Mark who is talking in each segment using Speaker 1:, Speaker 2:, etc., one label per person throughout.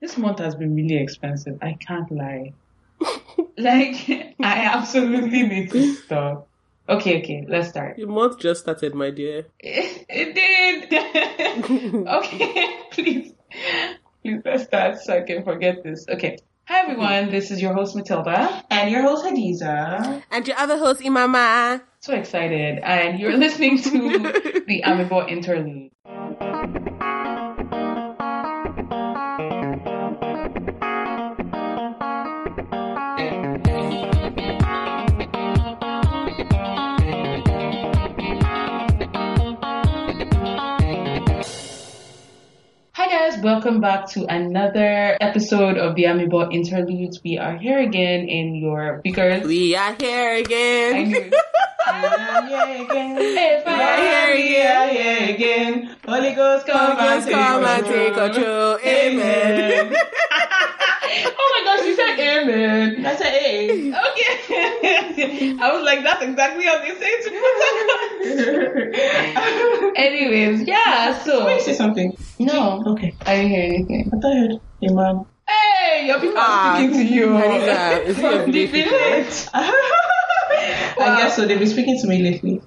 Speaker 1: This month has been really expensive. I can't lie. like, I absolutely need to stop. Okay, okay, let's start.
Speaker 2: Your month just started, my dear.
Speaker 1: It, it did. okay, please, please let's start so I can forget this. Okay. Hi everyone, this is your host Matilda and your host Hadiza.
Speaker 2: And your other host, Imama.
Speaker 1: So excited, and you're listening to the Amiibo interlude. Hi guys, welcome back to another episode of the Amiibo Interludes. We are here again in your speakers.
Speaker 2: We are here
Speaker 1: I
Speaker 2: again.
Speaker 1: knew. yeah, again. If
Speaker 2: We are here again.
Speaker 1: yeah, again. Holy Ghost,
Speaker 2: Come and come and take control. Amen.
Speaker 1: oh my gosh, you said amen. I said a. Okay. I was like, that's exactly how they say it. Anyways, yeah. So
Speaker 3: Let me say something.
Speaker 1: no,
Speaker 3: Okay.
Speaker 1: I didn't hear anything.
Speaker 3: I thought I heard a man.
Speaker 1: Hey, your people
Speaker 2: Ah,
Speaker 1: are speaking to you.
Speaker 2: Hadiza, is it your
Speaker 1: From the
Speaker 2: village people?
Speaker 1: village.
Speaker 3: I guess so. They've been speaking to me lately.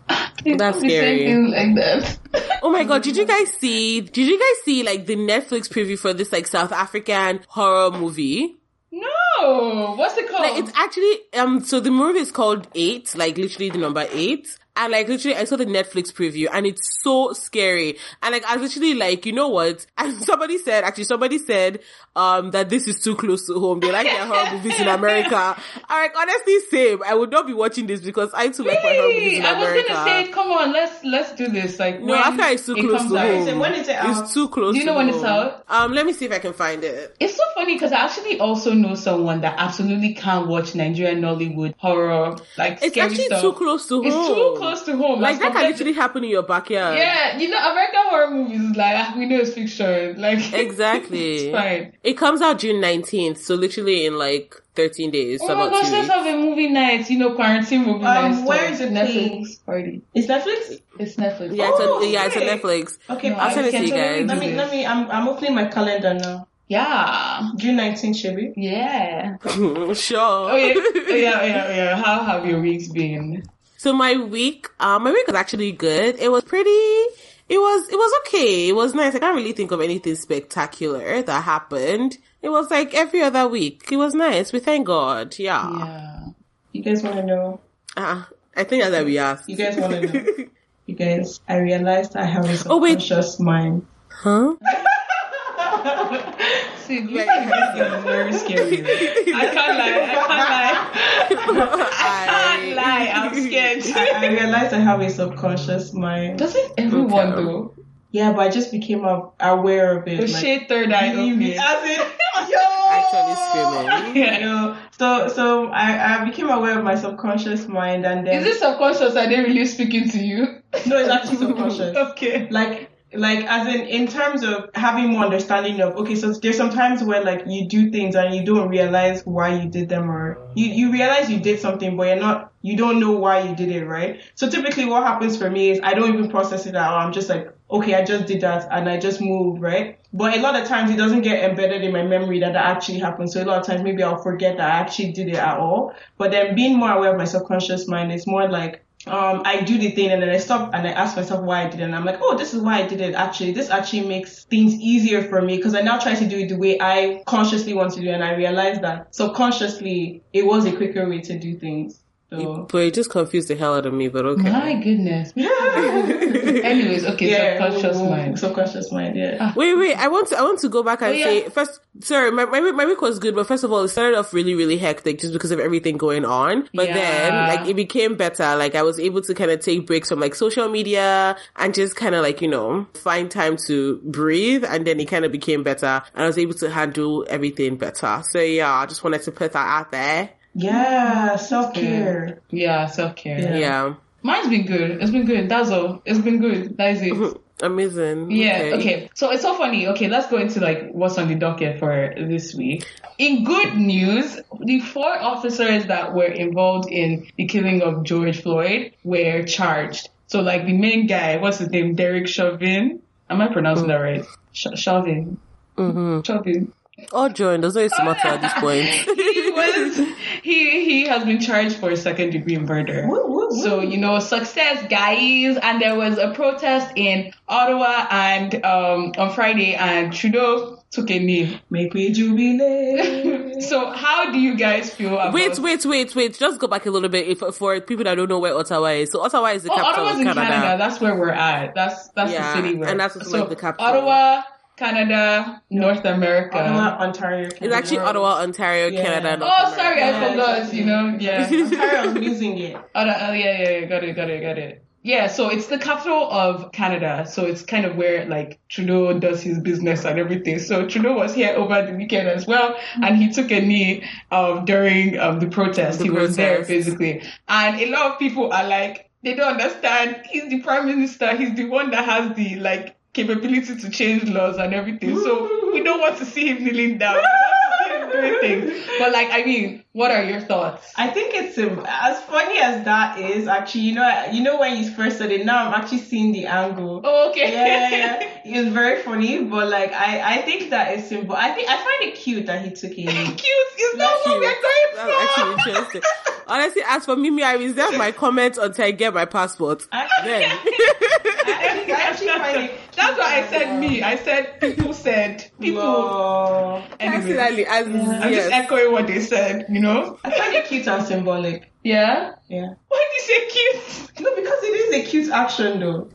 Speaker 1: They
Speaker 2: That's
Speaker 1: do the same
Speaker 2: scary.
Speaker 1: things like that.
Speaker 2: Oh my god, did you guys see did you guys see like the Netflix preview for this like South African horror movie?
Speaker 1: No, what's it called?
Speaker 2: Like it's actually um so the movie is called Eight, like literally the number eight. And like literally I saw the Netflix preview and it's so scary. And like I was literally like, you know what? And somebody said actually somebody said um that this is too close to home. They like their horror movies in America. I like honestly same. I would not be watching this because I too like my horror movies
Speaker 1: Really?
Speaker 2: in
Speaker 1: I was
Speaker 2: America.
Speaker 1: gonna say, come on, let's let's do this. Like,
Speaker 2: No,
Speaker 1: when
Speaker 2: I feel it's too
Speaker 1: it
Speaker 2: close
Speaker 1: comes
Speaker 2: to
Speaker 1: out.
Speaker 2: home.
Speaker 3: So when is it out?
Speaker 2: It's too close.
Speaker 1: Do you know
Speaker 2: to
Speaker 1: when it's
Speaker 2: home.
Speaker 1: out?
Speaker 2: Um, let me see if I can find it.
Speaker 1: It's so funny because I actually also know someone that absolutely can't watch Nigerian Nollywood horror, like
Speaker 2: It's
Speaker 1: scary
Speaker 2: actually
Speaker 1: stuff.
Speaker 2: too close to home.
Speaker 1: It's too close to home.
Speaker 2: Like
Speaker 1: as
Speaker 2: that can
Speaker 1: compared to-
Speaker 2: literally happen in your backyard.
Speaker 1: Yeah, you know, American horror movies is like ah, we know it's fiction. Like
Speaker 2: Exactly.
Speaker 1: it's fine.
Speaker 2: It comes out June nineteenth, so literally in like thirteen days. So
Speaker 1: oh my
Speaker 2: about
Speaker 1: gosh,
Speaker 2: two
Speaker 1: let's
Speaker 2: weeks.
Speaker 1: have a movie night. You know, quarantine movie night.
Speaker 3: Um, where
Speaker 1: stuff.
Speaker 3: is it playing?
Speaker 1: Netflix party.
Speaker 3: It's Netflix.
Speaker 1: It's Netflix.
Speaker 2: yeah, it's
Speaker 3: Oh,
Speaker 2: a, yeah, it's a
Speaker 3: great.
Speaker 2: Netflix.
Speaker 3: Okay.
Speaker 1: No,
Speaker 3: No,
Speaker 2: I'll send it to you guys.
Speaker 3: Let me. Let me. I'm. I'm opening my calendar now.
Speaker 1: Yeah.
Speaker 3: June 19th, should be.
Speaker 1: Yeah.
Speaker 2: sure.
Speaker 1: Oh yeah, oh, yeah, oh, yeah, oh, yeah. How have your weeks been?
Speaker 2: So my week, um, my week was actually good. It was pretty. It was it was okay. It was nice. I can't really think of anything spectacular that happened. It was like every other week. It was nice. We thank God. Yeah.
Speaker 1: Yeah.
Speaker 3: You guys want to know?
Speaker 2: Uh, I think that's that we asked.
Speaker 3: You guys want to know? You guys, I realized I have a
Speaker 2: Oh, wait.
Speaker 3: subconscious mind.
Speaker 2: huh?
Speaker 1: See,
Speaker 2: Like,
Speaker 3: It's very scary.
Speaker 1: I can't lie. I can't lie.
Speaker 2: I-
Speaker 1: can't lie. I'm scared.
Speaker 3: I, I realized I have a subconscious mind.
Speaker 1: Doesn't everyone
Speaker 2: Okay.
Speaker 1: though?
Speaker 3: Yeah, but I just became a, aware of it.
Speaker 2: Oh,
Speaker 1: The
Speaker 3: like,
Speaker 1: shade third eye.
Speaker 3: really-
Speaker 1: Okay.
Speaker 3: as in, yo!
Speaker 2: Actually screaming.
Speaker 3: you
Speaker 1: Yeah.
Speaker 3: know so so I, I became aware of my subconscious mind and then
Speaker 1: Is it subconscious? Are they really speaking to you?
Speaker 3: no it's actually subconscious
Speaker 1: Okay.
Speaker 3: like like as in in terms of having more understanding of okay so there's sometimes where like you do things and you don't realize why you did them or you you realize you did something but you're not you don't know why you did it right so typically what happens for me is i don't even process it out i'm just like okay i just did that and i just move right but a lot of times it doesn't get embedded in my memory that that actually happened so a lot of times maybe i'll forget that i actually did it at all but then being more aware of my subconscious mind is more like um, I do the thing and then I stop and I ask myself why I did it. And I'm like, oh, this is why I did it. Actually, this actually makes things easier for me because I now try to do it the way I consciously want to do it. And I realize that subconsciously it was a quicker way to do things. So
Speaker 2: But it just confused the hell out of me, but okay.
Speaker 1: My goodness. Anyways, okay, subconscious
Speaker 3: ooh, ooh,
Speaker 1: mind. Ah.
Speaker 3: Subconscious mind, yeah.
Speaker 2: Wait, wait. I want to. I want to go back and
Speaker 1: Oh, yeah.
Speaker 2: say first. Sorry, my, my week- my week was good, but first of all, it started off really really hectic just because of everything going on. But
Speaker 1: Yeah.
Speaker 2: then, like, it became better. Like, I was able to kind of take breaks from like social media and just kind of like you know find time to breathe. And then it kind of became better, and I was able to handle everything better. So yeah, I just wanted to put that out there.
Speaker 3: Yeah, self care.
Speaker 1: Yeah, self care.
Speaker 3: Yeah.
Speaker 2: Yeah,
Speaker 1: Mine's been good. It's been good. That's all. It's been good. That is it.
Speaker 2: amazing.
Speaker 1: Yeah, okay. So it's so funny. Okay, let's go into like what's on the docket for this week. In good news, the four officers that were involved in the killing of George Floyd were charged. So like the main guy, what's his name? Derek Chauvin. Am I pronouncing that right? Sh- Chauvin.
Speaker 2: Mhm.
Speaker 1: Chauvin.
Speaker 2: Or John doesn't used to matter at this point.
Speaker 1: he was he he has been charged for second degree murder.
Speaker 3: Woo, woo, woo.
Speaker 1: So you know, success, guys. And there was a protest in Ottawa and um on Friday, and Trudeau took a knee.
Speaker 3: Make me jubilate.
Speaker 1: So how do you guys feel about?
Speaker 2: Wait, wait, wait, wait. Just go back a little bit if, for people that don't know where Ottawa is. So Ottawa is the
Speaker 1: Oh,
Speaker 2: capital of
Speaker 1: Ottawa's in
Speaker 2: Canada.
Speaker 1: Canada. That's where we're at. That's that's
Speaker 2: Yeah,
Speaker 1: the city we're
Speaker 2: and that's also,
Speaker 1: so
Speaker 2: like, the capital.
Speaker 1: Ottawa, Canada, North America.
Speaker 3: Ottawa, Ontario.
Speaker 2: It's actually Ottawa, Ontario,
Speaker 3: Yeah.
Speaker 2: Canada. North
Speaker 1: Oh, sorry,
Speaker 3: Yeah,
Speaker 1: I forgot.
Speaker 3: exactly.
Speaker 1: You know, yeah.
Speaker 3: Ontario is losing it.
Speaker 1: Oh, no, oh yeah, yeah, yeah, got it, got it, got it. Yeah, so it's the capital of Canada, so it's kind of where like Trudeau does his business and everything. So Trudeau was here over the weekend as well, and he took a knee um, during um, the protest.
Speaker 2: The
Speaker 1: he was there
Speaker 2: protest.
Speaker 1: basically, and a lot of people are like, they don't understand. He's the prime minister. He's the one that has the like capability to change laws and everything. So we don't want to see him kneeling down. We want to see him doing things. But like, I mean, what are your thoughts?
Speaker 3: I think it's um, as funny as that is. Actually, you know, you know when you first said it. Now I'm actually seeing the angle.
Speaker 1: Oh, okay.
Speaker 3: yeah, yeah, yeah. It's very funny, but like I, I think that is simple. I think I find it cute that he took it.
Speaker 1: cute is not
Speaker 2: That's
Speaker 1: what we're
Speaker 2: cute.
Speaker 1: going for.
Speaker 2: That's actually interesting. Honestly, as for Mimi, I reserve my comment until I get my passport.
Speaker 3: Actually,
Speaker 2: Then
Speaker 3: I actually, I actually find it. Cute
Speaker 1: That's why I said me. I said people said people.
Speaker 3: Lol.
Speaker 1: Anyway,
Speaker 2: personally, as
Speaker 1: I'm
Speaker 2: yes.
Speaker 1: just echoing what they said. You know?
Speaker 3: I find it cute and symbolic.
Speaker 1: Yeah.
Speaker 3: Yeah.
Speaker 1: Why do you say cute?
Speaker 3: No, because it is a cute action though.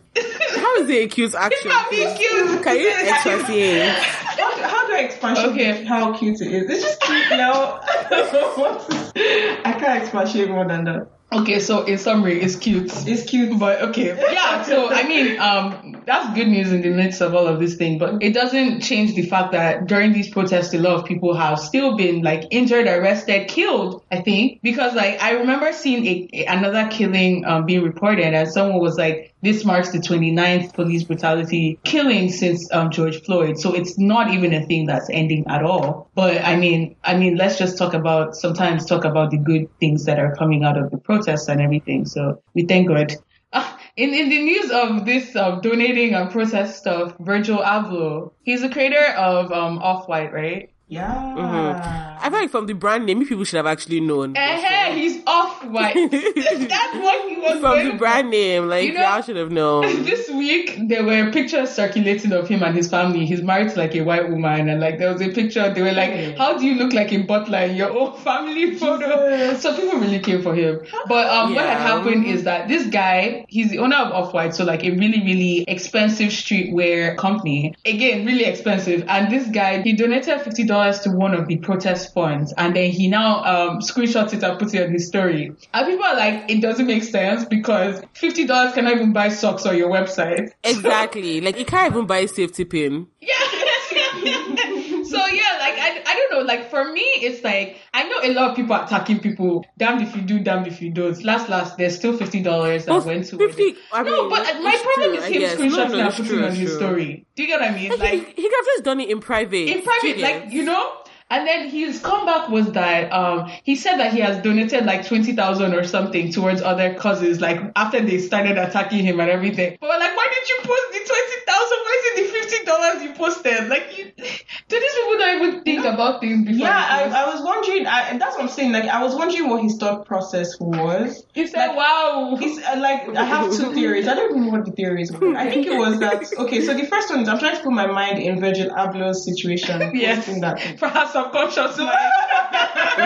Speaker 2: how is it a cute action?
Speaker 1: Not being cute.
Speaker 2: Can you explain?
Speaker 3: How do, how do I expatiate
Speaker 1: Okay.
Speaker 3: how cute it is? It's just cute now. I don't know what to- I can't expatiate more than that.
Speaker 1: Okay, so in summary, it's cute.
Speaker 3: It's cute.
Speaker 1: But okay, yeah. So I mean, um, that's good news in the midst of all of this thing, but it doesn't change the fact that during these protests, a lot of people have still been like injured, arrested, killed. I think because like I remember seeing a, a- another killing um, being reported, and someone was like, "This marks the 29th police brutality killing since um, George Floyd." So it's not even a thing that's ending at all. But I mean, I mean, let's just talk about sometimes talk about the good things that are coming out of the protests and everything. So we thank God. Ah, in, in the news of this um, donating and protest stuff, Virgil Abloh, he's the creator of um, Off White, right?
Speaker 3: Yeah.
Speaker 2: Hmm.
Speaker 1: Mm-hmm.
Speaker 2: I feel like from the brand name, you people should have actually known.
Speaker 1: Eh, he's Off White. That's what he was
Speaker 2: from
Speaker 1: going
Speaker 2: the brand name, like
Speaker 1: You know-
Speaker 2: y'all should have known.
Speaker 1: This week there were pictures circulating of him and his family. He's married to like a white woman, and like there was a picture. They were like, "How do you look like a butler in your own family photo?" So people really came for him. But um, what had
Speaker 2: Yeah.
Speaker 1: happened is that this guy, he's the owner of Off White, so like a really really expensive streetwear company. Again, really expensive. And this guy, he donated fifty dollars to one of the protest funds, and then he now um screenshots it and puts it on his story. And people are like, it doesn't make sense because fifty dollars cannot even buy socks on your website.
Speaker 2: exactly. Like you can't even buy a safety pin.
Speaker 1: Yeah. so yeah, like I, I don't know. Like for me, it's like I know a lot of people are attacking people. Damned if you do, damned if you don't. Last last, there's still fifty dollars that
Speaker 2: Well,
Speaker 1: went to.
Speaker 2: 50 I
Speaker 1: no,
Speaker 2: mean,
Speaker 1: but
Speaker 2: it's
Speaker 1: my problem
Speaker 2: true,
Speaker 1: is
Speaker 2: I
Speaker 1: him
Speaker 2: guess. No,
Speaker 1: screenshotting
Speaker 2: no,
Speaker 1: and
Speaker 2: it's
Speaker 1: putting
Speaker 2: true,
Speaker 1: on his
Speaker 2: it's true.
Speaker 1: story. Do you get what I mean?
Speaker 2: he,
Speaker 1: Like
Speaker 2: he could have just done it in private.
Speaker 1: in private,
Speaker 2: Juliet.
Speaker 1: like you know. And then his comeback was that um, he said that he has donated like twenty thousand or something towards other causes. Like after they started attacking him and everything, but we're like, why did you post the twenty thousand? Why is it the fifty dollars you posted? Like, you, do these people not even think about things before?
Speaker 3: Yeah,
Speaker 1: they post?
Speaker 3: I, I was wondering. I, that's what I'm saying. Like, I was wondering what his thought process was.
Speaker 1: he said,
Speaker 3: like-
Speaker 1: "Wow."
Speaker 3: It's uh, like I have two theories. I don't even know what the theories were. I think it was that. Okay, so the first one is I'm trying to put my mind in Virgil Abloh's situation.
Speaker 1: Yes.
Speaker 3: posting that thing.
Speaker 1: Perhaps subconscious mind.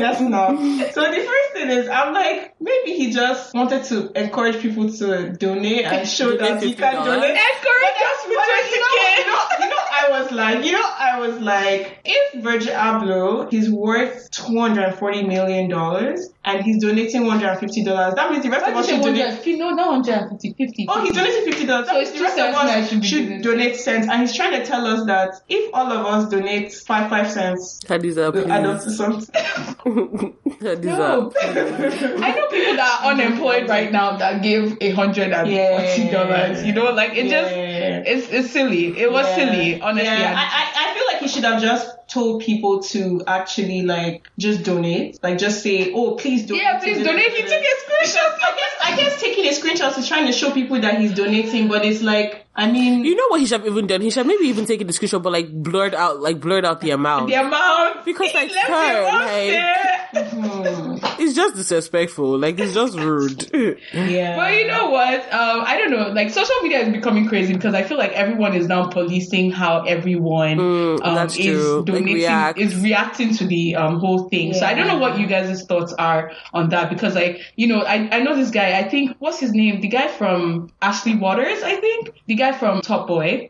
Speaker 3: That's not. So the first thing is, I'm like, maybe he just wanted to encourage people to donate and show
Speaker 2: Donate
Speaker 3: that you can
Speaker 2: $50.
Speaker 3: donate.
Speaker 1: Encourage us with
Speaker 3: But you know, you
Speaker 1: 20K.
Speaker 3: know, you know, I was like, you know, I was like, if Virgil Abloh is worth two hundred and forty million dollars and he's donating one hundred and fifty dollars, that means the rest of
Speaker 1: Why
Speaker 3: us
Speaker 1: did you
Speaker 3: should
Speaker 1: say 150?
Speaker 3: donate.
Speaker 1: No, not 150, 50.
Speaker 3: Oh, he's donating fifty dollars.
Speaker 1: So it's
Speaker 3: the
Speaker 1: two
Speaker 3: rest of
Speaker 1: cents now
Speaker 3: us
Speaker 1: should
Speaker 3: should,
Speaker 1: be donated.
Speaker 3: donate cents, and he's trying to tell us that if all of us donate five five cents,
Speaker 2: Khadija,
Speaker 3: we'll add up
Speaker 2: please.
Speaker 3: to something.
Speaker 2: Khadija.
Speaker 1: No. I know people that are unemployed right now that give a hundred and forty dollars. You know, like it just
Speaker 3: Yeah.
Speaker 1: it's it's silly. It was silly, honestly.
Speaker 3: Yeah,
Speaker 1: And-
Speaker 3: I, I, I feel like he should have just told people to actually like just donate, like just say, oh please donate.
Speaker 1: yeah, please donate. He took a screenshot.
Speaker 3: I guess I guess taking a screenshot is trying to show people that he's donating, but it's like I mean,
Speaker 2: You know what he should have even done? He should have maybe even taken the screenshot, but like blurred out, like blurred out the amount.
Speaker 1: The amount
Speaker 2: Because,
Speaker 1: he
Speaker 2: like,
Speaker 1: left it
Speaker 2: her,
Speaker 1: up
Speaker 2: like-
Speaker 1: there.
Speaker 2: It's just disrespectful. Like it's just rude.
Speaker 3: yeah.
Speaker 1: But you know what? Um, I don't know. Like social media is becoming crazy because I feel like everyone is now policing how everyone
Speaker 2: Mm,
Speaker 1: um,
Speaker 2: that's
Speaker 1: is
Speaker 2: true. Like,
Speaker 1: donating,
Speaker 2: react.
Speaker 1: is reacting to the um, whole thing. So I don't know what you guys' thoughts are on that because, like, you know, I, I know this guy. I think what's his name? The guy from Ashley Waters, I think. The guy from Top Boy.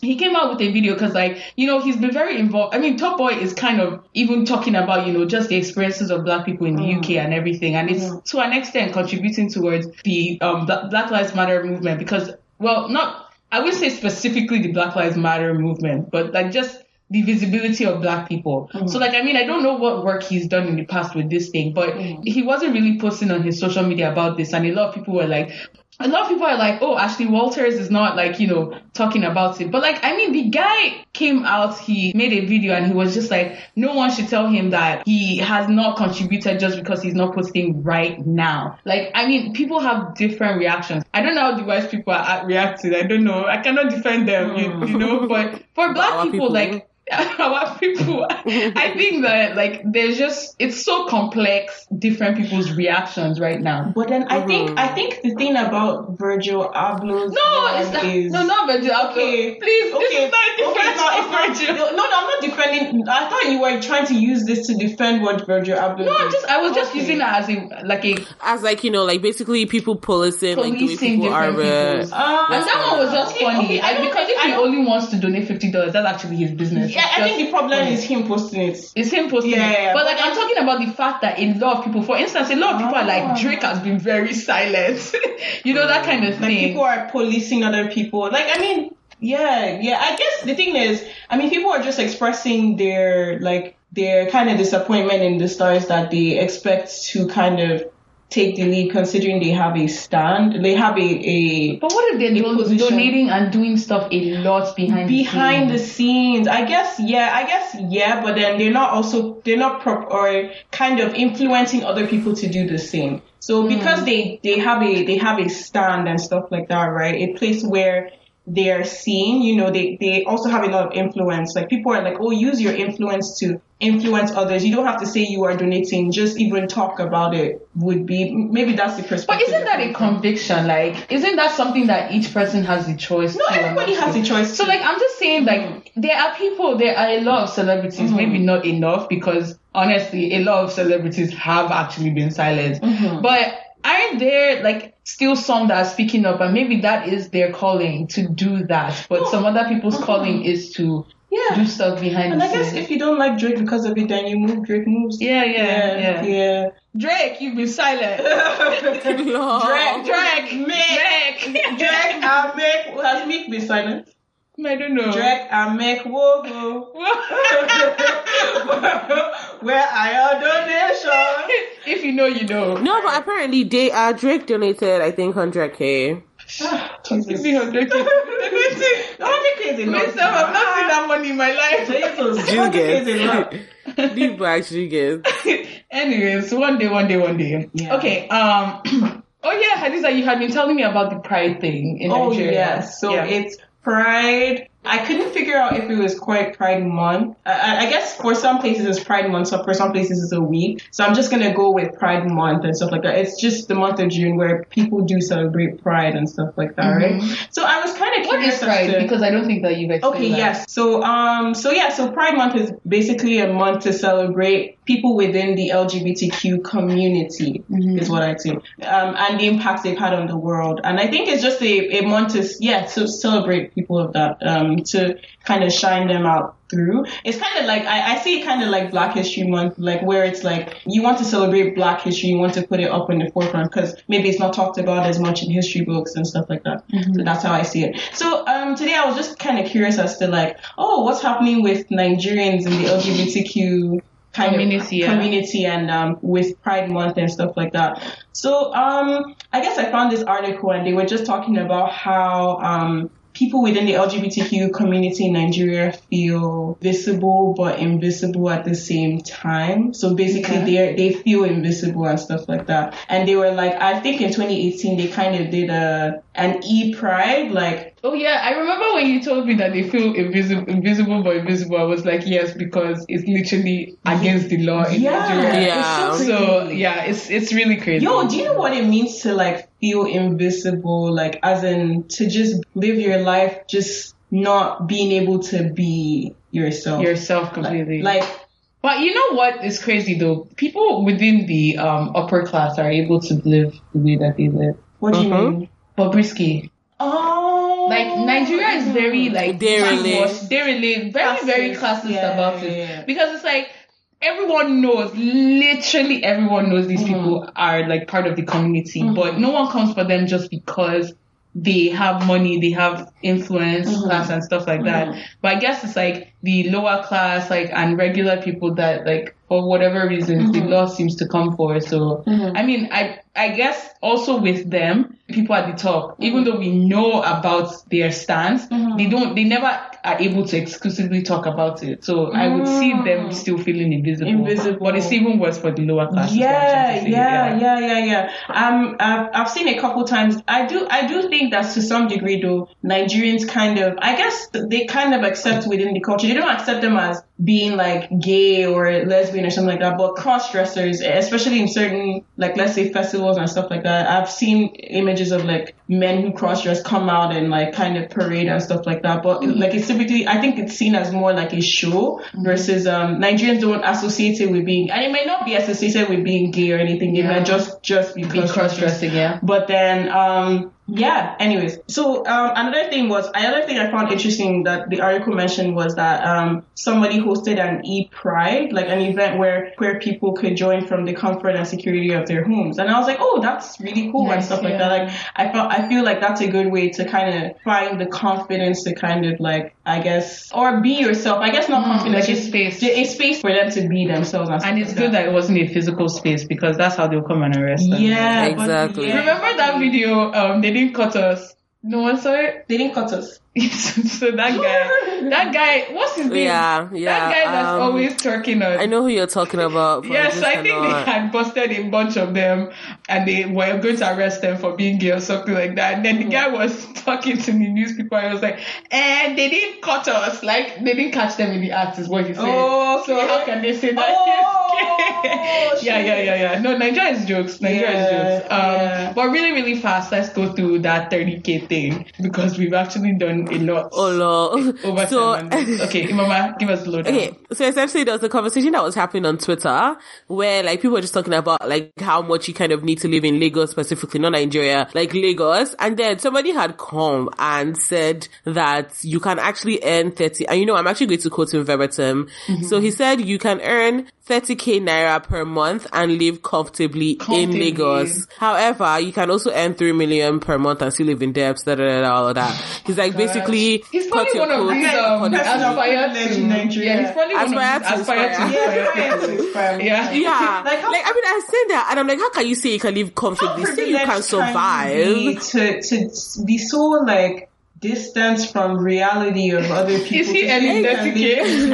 Speaker 1: He came out with a video because, like, you know, he's been very involved. I mean, Top Boy is kind of even talking about, you know, just the experiences of black people in the UK and everything, and it's to an extent contributing towards the um, Bla- Black Lives Matter movement because, well, not I wouldn't say specifically the Black Lives Matter movement, but like just the visibility of black people. So like I mean I don't know what work he's done in the past with this thing, but he wasn't really posting on his social media about this and a lot of people were like a lot of people are like, oh, Ashley Walters is not like, you know, talking about it. But like, I mean, the guy came out, he made a video and he was just like, no one should tell him that he has not contributed just because he's not posting right now. Like, I mean, people have different reactions. I don't know how the white people are at- reacting. I don't know. I cannot defend them, you, you know, Mm. but for black
Speaker 2: our
Speaker 1: people,
Speaker 2: people.
Speaker 1: like, our people. I think that like there's just it's so complex different people's reactions right now.
Speaker 3: But then I think I think the thing about Virgil Abloh's
Speaker 1: Uh-huh. No,
Speaker 3: one
Speaker 1: it's not,
Speaker 3: is
Speaker 1: no, not Virgil. Okay, please, this is not a
Speaker 3: okay,
Speaker 1: difference
Speaker 3: it's not-
Speaker 1: okay,
Speaker 3: it's
Speaker 1: Virgil.
Speaker 3: not- No, no, I'm not defending. I thought you were trying to use this to defend what Virgil Abloh.
Speaker 1: No, I'm
Speaker 3: did.
Speaker 1: just I was just
Speaker 3: Okay.
Speaker 1: using that as a like a and
Speaker 2: As like you know, like basically people policing, like the way
Speaker 1: Policing
Speaker 2: people are.
Speaker 1: different
Speaker 2: Uh,
Speaker 1: peoples.
Speaker 3: Ah,
Speaker 1: that one was just
Speaker 3: okay,
Speaker 1: funny.
Speaker 3: okay, I
Speaker 1: I,
Speaker 3: don't
Speaker 1: because
Speaker 3: think-
Speaker 1: if he
Speaker 3: I don't-
Speaker 1: only wants to donate fifty dollars, that's actually his business.
Speaker 3: Yeah, I
Speaker 1: It's just
Speaker 3: think the problem
Speaker 1: funny.
Speaker 3: is him posting it.
Speaker 1: It's him posting.
Speaker 3: Yeah, yeah, yeah.
Speaker 1: But like I'm talking about the fact that a lot of people, for instance, a lot of people are
Speaker 3: Ah.
Speaker 1: like Drake has been very silent. you know that kind of
Speaker 3: Like
Speaker 1: thing.
Speaker 3: people are policing other people. Like I mean, yeah, yeah. I guess the thing is, I mean, people are just expressing their like their kind of disappointment in the stars that they expect to kind of take the lead, considering they have a stand, they have a a
Speaker 1: but what if they're don-
Speaker 3: position.
Speaker 1: donating and doing stuff a lot behind
Speaker 3: behind the
Speaker 1: the scenes?
Speaker 3: scenes. I guess yeah, I guess yeah, but then they're not also they're not prop or kind of influencing other people to do the same. So because they they have a they have a stand and stuff like that, right? A place where they're seen, you know, they they also have a lot of influence. Like people are like, "Oh, use your influence to influence others. You don't have to say you are donating, just even talk about it." Would be maybe that's the
Speaker 1: But
Speaker 3: perspective.
Speaker 1: isn't that a
Speaker 3: it
Speaker 1: conviction? Like, isn't that something that each person has the choice?
Speaker 3: No, everybody has Mm-hmm. a choice.
Speaker 1: So,
Speaker 3: to-
Speaker 1: like, I'm just saying, like, there are people, there are a lot of celebrities,
Speaker 3: Mm-hmm.
Speaker 1: maybe not enough because honestly, a lot of celebrities have actually been silent.
Speaker 3: Mm-hmm.
Speaker 1: But aren't there like still some that are speaking up, and maybe that is their calling to do that? But some other people's calling is to
Speaker 3: Mm-hmm. Yeah.
Speaker 1: do stuff behind
Speaker 3: and
Speaker 1: the
Speaker 3: I guess
Speaker 1: scenes.
Speaker 3: if you don't like Drake because of it, then you move. Drake moves.
Speaker 1: yeah, yeah, yeah,
Speaker 3: yeah. yeah.
Speaker 1: Drake, you've been silent.
Speaker 2: Lord.
Speaker 1: Drake, Drake,
Speaker 3: Oh. Drake and Meg has Meek been silent.
Speaker 1: I don't know.
Speaker 3: Drake and Meg, whoa, whoa. Where are your donations?
Speaker 1: if you know, you know.
Speaker 2: No, but apparently they uh, Drake donated I think hundred k.
Speaker 3: Jesus.
Speaker 1: Be hundred K.
Speaker 3: Don't be crazy.
Speaker 1: Myself, I've not seen that money in my life.
Speaker 3: Jesus.
Speaker 2: You
Speaker 3: Don't be crazy.
Speaker 2: get
Speaker 3: Lord.
Speaker 2: these bags, you get.
Speaker 1: Anyways, one day, one day, one day.
Speaker 3: Yeah.
Speaker 1: Okay. Um. Oh yeah, Hadiza, you had been telling me about the pride thing in
Speaker 3: Oh
Speaker 1: Nigeria.
Speaker 3: yes, so
Speaker 1: Yeah.
Speaker 3: it's Pride. I couldn't figure out if it was quite Pride Month. I- I, I guess for some places it's Pride Month, so for some places it's a week. So I'm just gonna go with Pride Month and stuff like that. It's just the month of June where people do celebrate Pride and stuff like that, right? So I was kind of
Speaker 1: Mm-hmm. what
Speaker 3: curious
Speaker 1: is
Speaker 3: as
Speaker 1: pride?
Speaker 3: to-
Speaker 1: Because I don't think that you've explained
Speaker 3: Okay,
Speaker 1: that.
Speaker 3: yes. So um so yeah, so Pride Month is basically a month to celebrate people within the LGBTQ community is what I think. Um and the impact they've had on the world. And I think it's just a, a month to s- yeah, to celebrate people of that, um, to kind of shine them out through. It's kind of like I, I see it kind of like Black History Month, like where it's like you want to celebrate Black history, you want to put it up in the forefront because maybe it's not talked about as much in history books and stuff like that.
Speaker 1: Mm-hmm.
Speaker 3: So that's how I see it. So um, today I was just kind of curious as to like, oh, what's happening with Nigerians in the LGBTQ kind
Speaker 1: Community,
Speaker 3: of
Speaker 1: yeah.
Speaker 3: community and um, with Pride Month and stuff like that. So um, I guess I found this article and they were just talking about how um, people within the LGBTQ community in Nigeria feel visible but invisible at the same time. So basically, they they feel invisible and stuff like that. And they were like, I think in 2018 they kind of did a and E Pride, like
Speaker 1: Oh yeah, I remember when you told me that they feel invisible, invisible but invisible. I was like, yes, because it's literally against the law in Nigeria.
Speaker 2: Yeah.
Speaker 3: it's
Speaker 1: So
Speaker 3: crazy.
Speaker 1: yeah, it's it's really crazy.
Speaker 3: Yo, do you know what it means to like feel invisible? Like, as in to just live your life, just not being able to be yourself.
Speaker 1: yourself completely.
Speaker 3: Like,
Speaker 1: But you know what is crazy though? People within the um, upper class are able to live the way that they live.
Speaker 3: what do you
Speaker 2: Uh-huh.
Speaker 3: mean?
Speaker 1: Bobrisky.
Speaker 3: Oh,
Speaker 1: Like Nigeria is very like
Speaker 2: Derelict.
Speaker 1: brainwashed, derelict, very very
Speaker 3: Classist.
Speaker 1: classist
Speaker 3: Yeah,
Speaker 1: about
Speaker 3: yeah,
Speaker 1: it
Speaker 3: yeah.
Speaker 1: because it's like everyone knows, literally everyone knows
Speaker 3: Mm-hmm.
Speaker 1: these people are like part of the community, but no one comes for them just because they have money, they have influence,
Speaker 3: Mm-hmm.
Speaker 1: class and stuff like that. But I guess it's like the lower class, like and regular people that like for whatever reasons
Speaker 3: Mm-hmm.
Speaker 1: the law seems to come for. So I mean, I I guess also with them, people at the top, even
Speaker 3: Mm-hmm.
Speaker 1: though we know about their stance, they don't they never are able to exclusively talk about it. So I would see them still feeling invisible.
Speaker 3: Mm. Invisible.
Speaker 1: But it's even worse for the lower class.
Speaker 3: yeah, yeah, yeah, yeah, yeah. Um, I've, I've seen a couple times. I do, I do think that to some degree, though, Nigerians kind of, I guess they kind of accept within the culture. They don't accept them as being like gay or lesbian or something like that. But cross dressers, especially in certain, like let's say festivals and stuff like that, I've seen images of like men who cross dress come out and like kind of parade and stuff like that. But like it's typically, I think it's seen as more like a show versus um Nigerians don't associate it with being, and it may not be associated with being gay or anything. It
Speaker 1: Yeah.
Speaker 3: might just just be
Speaker 1: Be cross
Speaker 3: cross-dressers.
Speaker 1: dressing, yeah.
Speaker 3: But then, um, yeah, anyways. So, um, another thing was, another thing I found interesting that the article mentioned was that, um, somebody hosted an e-pride, like an event where queer people could join from the comfort and security of their homes. And I was like, oh, that's really cool and
Speaker 1: Nice,
Speaker 3: stuff like
Speaker 1: yeah.
Speaker 3: that. Like, I felt, I feel like that's a good way to kind of find the confidence to kind of like, I guess, or be yourself. I guess not confidence,
Speaker 1: Mm, like a
Speaker 3: just
Speaker 1: space.
Speaker 3: A space for them to be themselves. And, stuff
Speaker 1: And it's
Speaker 3: like
Speaker 1: good that it wasn't a physical space because that's how they'll come and arrest them.
Speaker 3: Yeah, but-
Speaker 2: Exactly.
Speaker 3: yeah.
Speaker 1: Remember that video? Um, they didn't cut us. No one saw it.
Speaker 3: They didn't cut us.
Speaker 1: so that guy, that guy, what's his name?
Speaker 2: Yeah, yeah,
Speaker 1: That guy that's
Speaker 2: um,
Speaker 1: always talking on.
Speaker 2: I know who you're talking about. But
Speaker 1: Yes,
Speaker 2: just
Speaker 1: I think
Speaker 2: cannot.
Speaker 1: they had busted a bunch of them and they were going to arrest them for being gay or something like that. And then the guy was talking to the newspaper and was like, and they didn't cut us. Like, they didn't catch them in the act, is what he said.
Speaker 3: Oh,
Speaker 1: So
Speaker 3: okay.
Speaker 1: how can they say that?
Speaker 3: Oh,
Speaker 1: he's gay? yeah, yeah, yeah, yeah. No, Nigeria is jokes. Nigeria
Speaker 3: Yeah,
Speaker 1: is jokes. Um,
Speaker 3: yeah.
Speaker 1: But really, really fast, let's go through that 30K thing because we've actually done a lot.
Speaker 2: Oh lord.
Speaker 1: Over
Speaker 2: so
Speaker 1: time. okay, Mama, give us the lowdown.
Speaker 2: Okay, so essentially there was a conversation that was happening on Twitter where like people were just talking about like how much you kind of need to live in Lagos specifically, not Nigeria, like Lagos. And then somebody had come and said that you can actually earn 30, and you know, I'm actually going to quote him verbatim.
Speaker 1: Mm-hmm.
Speaker 2: So he said you can earn 30k naira per month and live comfortably,
Speaker 1: Comfortably.
Speaker 2: in Lagos. However, you can also earn 3 million per month and still live in debt, da da da, da, all of that. He's like basically,
Speaker 3: Uh,
Speaker 1: He's
Speaker 2: cut
Speaker 1: probably
Speaker 2: your
Speaker 1: one of
Speaker 2: clothes
Speaker 1: these um,
Speaker 2: according to-
Speaker 3: Personal
Speaker 1: aspire
Speaker 3: privilege
Speaker 1: to
Speaker 3: in Nigeria.
Speaker 1: Yeah, he's probably
Speaker 2: Aspire
Speaker 1: one of
Speaker 2: to
Speaker 1: these aspire to
Speaker 2: inspire.
Speaker 3: Yeah,
Speaker 1: aspire to. Yeah.
Speaker 2: Yeah,
Speaker 3: Like,
Speaker 2: like,
Speaker 3: how-
Speaker 2: I mean, I said that, and I'm like, how can you say you can live comfortably? Say you can survive.
Speaker 3: to to be so like distanced from reality of other people.
Speaker 1: Is he
Speaker 3: to think
Speaker 1: earning
Speaker 3: that
Speaker 1: 30K?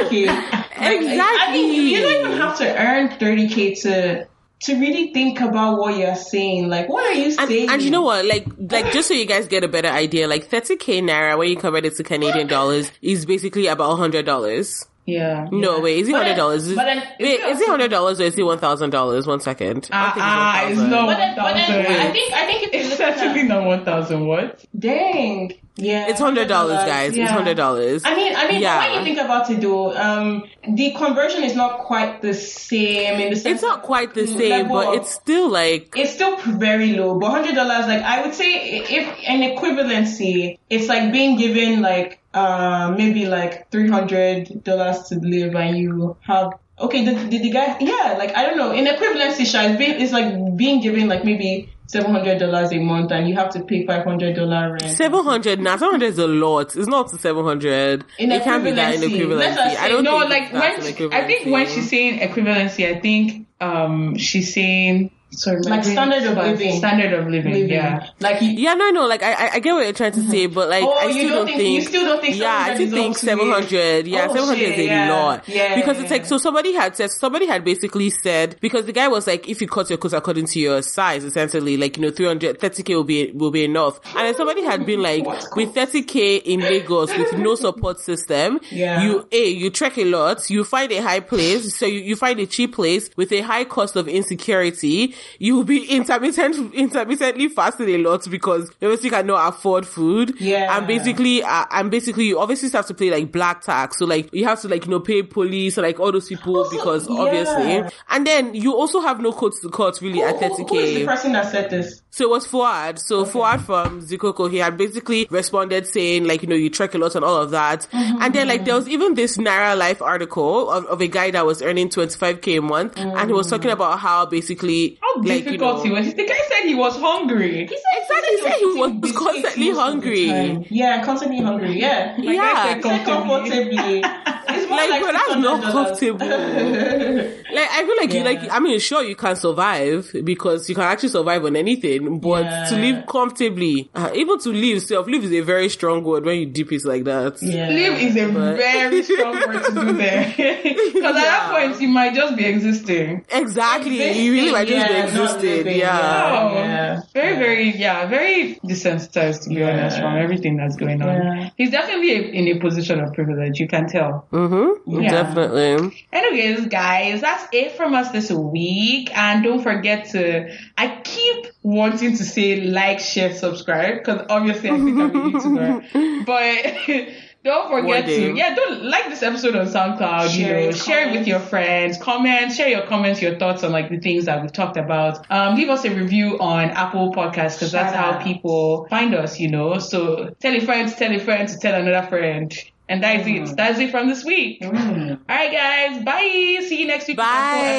Speaker 3: they- 30K. Like,
Speaker 2: Exactly.
Speaker 3: I mean, you don't even have to earn thirty k to to really think about what you're saying. Like, what are you
Speaker 2: And,
Speaker 3: saying?
Speaker 2: and you know what? Like, like just so you guys get a better idea, like 30k naira when you convert it to Canadian dollars is basically about 100 dollars.
Speaker 1: Yeah.
Speaker 2: No, wait, is it
Speaker 3: But then-
Speaker 2: 100 dollars?
Speaker 3: but then-
Speaker 2: Wait, is it 100 dollars or is it 1,000 dollars? One second. I
Speaker 1: Ah,
Speaker 2: think
Speaker 1: ah, it's
Speaker 2: 1,000.
Speaker 1: not
Speaker 3: But then, but then I
Speaker 1: 1,000.
Speaker 3: think I think if you
Speaker 1: It's
Speaker 3: look at
Speaker 1: certainly not 1,000 what?
Speaker 3: dang, yeah,
Speaker 2: It's $100, guys. It's
Speaker 3: Yeah.
Speaker 2: $100.
Speaker 3: I mean, I mean,
Speaker 2: Yeah.
Speaker 3: when you think about it, though, um, the conversion is not quite the same in the sense
Speaker 2: it's not quite the same,
Speaker 3: level
Speaker 2: but
Speaker 3: of-
Speaker 2: it's still like,
Speaker 3: it's still very low, but hundred dollars, like I would say, i- if an equivalency, it's like being given like uh maybe like three hundred dollars to live, and you have okay, did, did the guy? Yeah, like I don't know, in equivalency, Sha, it's, being, it's like being given like maybe seven hundred dollars a month, and you have to pay five hundred dollar rent.
Speaker 2: 700 now 700 is a lot it's not 700
Speaker 3: In
Speaker 2: it can be that in
Speaker 3: equivalency.
Speaker 2: equivalency
Speaker 3: Let us
Speaker 2: i
Speaker 3: say-
Speaker 2: don't
Speaker 1: No,
Speaker 2: think
Speaker 1: like
Speaker 2: that's
Speaker 1: when
Speaker 2: an
Speaker 1: she- I think
Speaker 2: equivalency.
Speaker 1: when she's saying equivalency, I think um she's saying sorry, my
Speaker 3: Like
Speaker 1: brain-
Speaker 3: standard of
Speaker 1: but
Speaker 3: living.
Speaker 1: Standard of living,
Speaker 3: Living.
Speaker 1: yeah.
Speaker 3: Like you,
Speaker 2: Yeah, no, no. Like I, I- I get what you're trying to say, but like
Speaker 3: Oh,
Speaker 2: I
Speaker 3: you
Speaker 2: still
Speaker 3: don't
Speaker 2: don't
Speaker 3: think-
Speaker 2: think.
Speaker 3: you still don't think
Speaker 2: Yeah, I
Speaker 3: 700
Speaker 2: still
Speaker 3: is
Speaker 2: think
Speaker 3: up to you?
Speaker 2: seven hundred. Yeah,
Speaker 3: Oh,
Speaker 2: seven hundred
Speaker 3: shit,
Speaker 2: is a
Speaker 3: yeah.
Speaker 2: lot.
Speaker 3: Yeah.
Speaker 2: Because it's like so. Somebody had said somebody had basically said because the guy was like, if you cut your clothes according to your size, essentially, like you know, 300, 30 k will be will be enough. And then somebody had been like, with thirty k in Lagos with no support system,
Speaker 3: Yeah.
Speaker 2: you a you trek a lot, you find a high place, so you, you find a cheap place with a high cost of insecurity. You will be intermittent intermittently fasting a lot because you obviously cannot afford food.
Speaker 3: Yeah.
Speaker 2: and basically, uh, and basically, you obviously have to play like black tax. So like you have to like you know pay police or like all those people
Speaker 3: Also,
Speaker 2: because
Speaker 3: yeah.
Speaker 2: obviously, and then you also have no coats to cut really
Speaker 3: who,
Speaker 2: at
Speaker 3: who-
Speaker 2: thirty
Speaker 3: who is the
Speaker 2: k.
Speaker 3: person that said this?
Speaker 2: So it was Fuad. So Fuad from Zikoko, he had basically responded saying like, you know, you trek a lot and all of that.
Speaker 3: Mm-hmm.
Speaker 2: And then like there was even this Naira Life article of, of a guy that was earning 25k a month and
Speaker 3: Mm.
Speaker 2: he was talking about how basically
Speaker 1: How
Speaker 2: like, you know,
Speaker 1: difficult he was. The guy said he was hungry.
Speaker 2: Exactly, he said he was constantly hungry.
Speaker 3: Yeah, constantly hungry. Yeah. Like,
Speaker 2: Yeah.
Speaker 3: I said, comfortably. It's more
Speaker 2: Like,
Speaker 3: like,
Speaker 2: bro, that's not
Speaker 3: $600.
Speaker 2: Like I feel like you
Speaker 3: Yeah.
Speaker 2: like I mean sure you can survive because you can actually survive on anything, but
Speaker 3: Yeah.
Speaker 2: to live comfortably, uh, even to live self live is a very strong word when you deep it like that.
Speaker 3: yeah.
Speaker 1: Live is a
Speaker 2: But-
Speaker 1: very strong word to do there. Because at that
Speaker 2: Yeah.
Speaker 1: point, you might just be existing.
Speaker 2: Exactly, you really might just be
Speaker 3: Yeah, not
Speaker 2: existed.
Speaker 3: living,
Speaker 2: yeah.
Speaker 1: Oh,
Speaker 3: Yeah.
Speaker 1: Very, very, yeah, very desensitized, to be
Speaker 3: Yeah.
Speaker 1: honest, from everything that's going on.
Speaker 3: Yeah.
Speaker 1: He's definitely a, in a position of privilege, you can tell.
Speaker 2: Mm-hmm.
Speaker 3: Yeah.
Speaker 2: Definitely.
Speaker 1: Anyways, guys, that's it from us this week. And don't forget to, I keep wanting to say like, share, subscribe, because obviously I think I'm a YouTuber. But don't
Speaker 2: One
Speaker 1: forget
Speaker 2: day.
Speaker 1: to, yeah, don't like this episode on SoundCloud,
Speaker 3: Share
Speaker 1: you know,
Speaker 3: it,
Speaker 1: share it with
Speaker 3: comment.
Speaker 1: your friends, comment, share your comments, your thoughts on like the things that we've talked about. Um, leave us a review on Apple Podcasts, because that's
Speaker 3: Shout
Speaker 1: how
Speaker 3: out.
Speaker 1: people find us, you know. So tell a friend to tell a friend to tell another friend. And that is
Speaker 3: Mm.
Speaker 1: it. That's it from this week. All right, guys. Bye. See you next week. for our full
Speaker 2: Bye.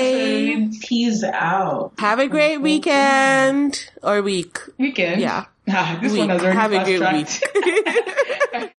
Speaker 1: episode.
Speaker 3: Tease out.
Speaker 2: Have a
Speaker 3: Mm-hmm.
Speaker 2: great weekend or week.
Speaker 1: Weekend.
Speaker 2: Yeah.
Speaker 1: Ah, this
Speaker 2: week.
Speaker 1: one has already
Speaker 2: Have a
Speaker 1: fast
Speaker 2: great
Speaker 1: tracked.
Speaker 2: week.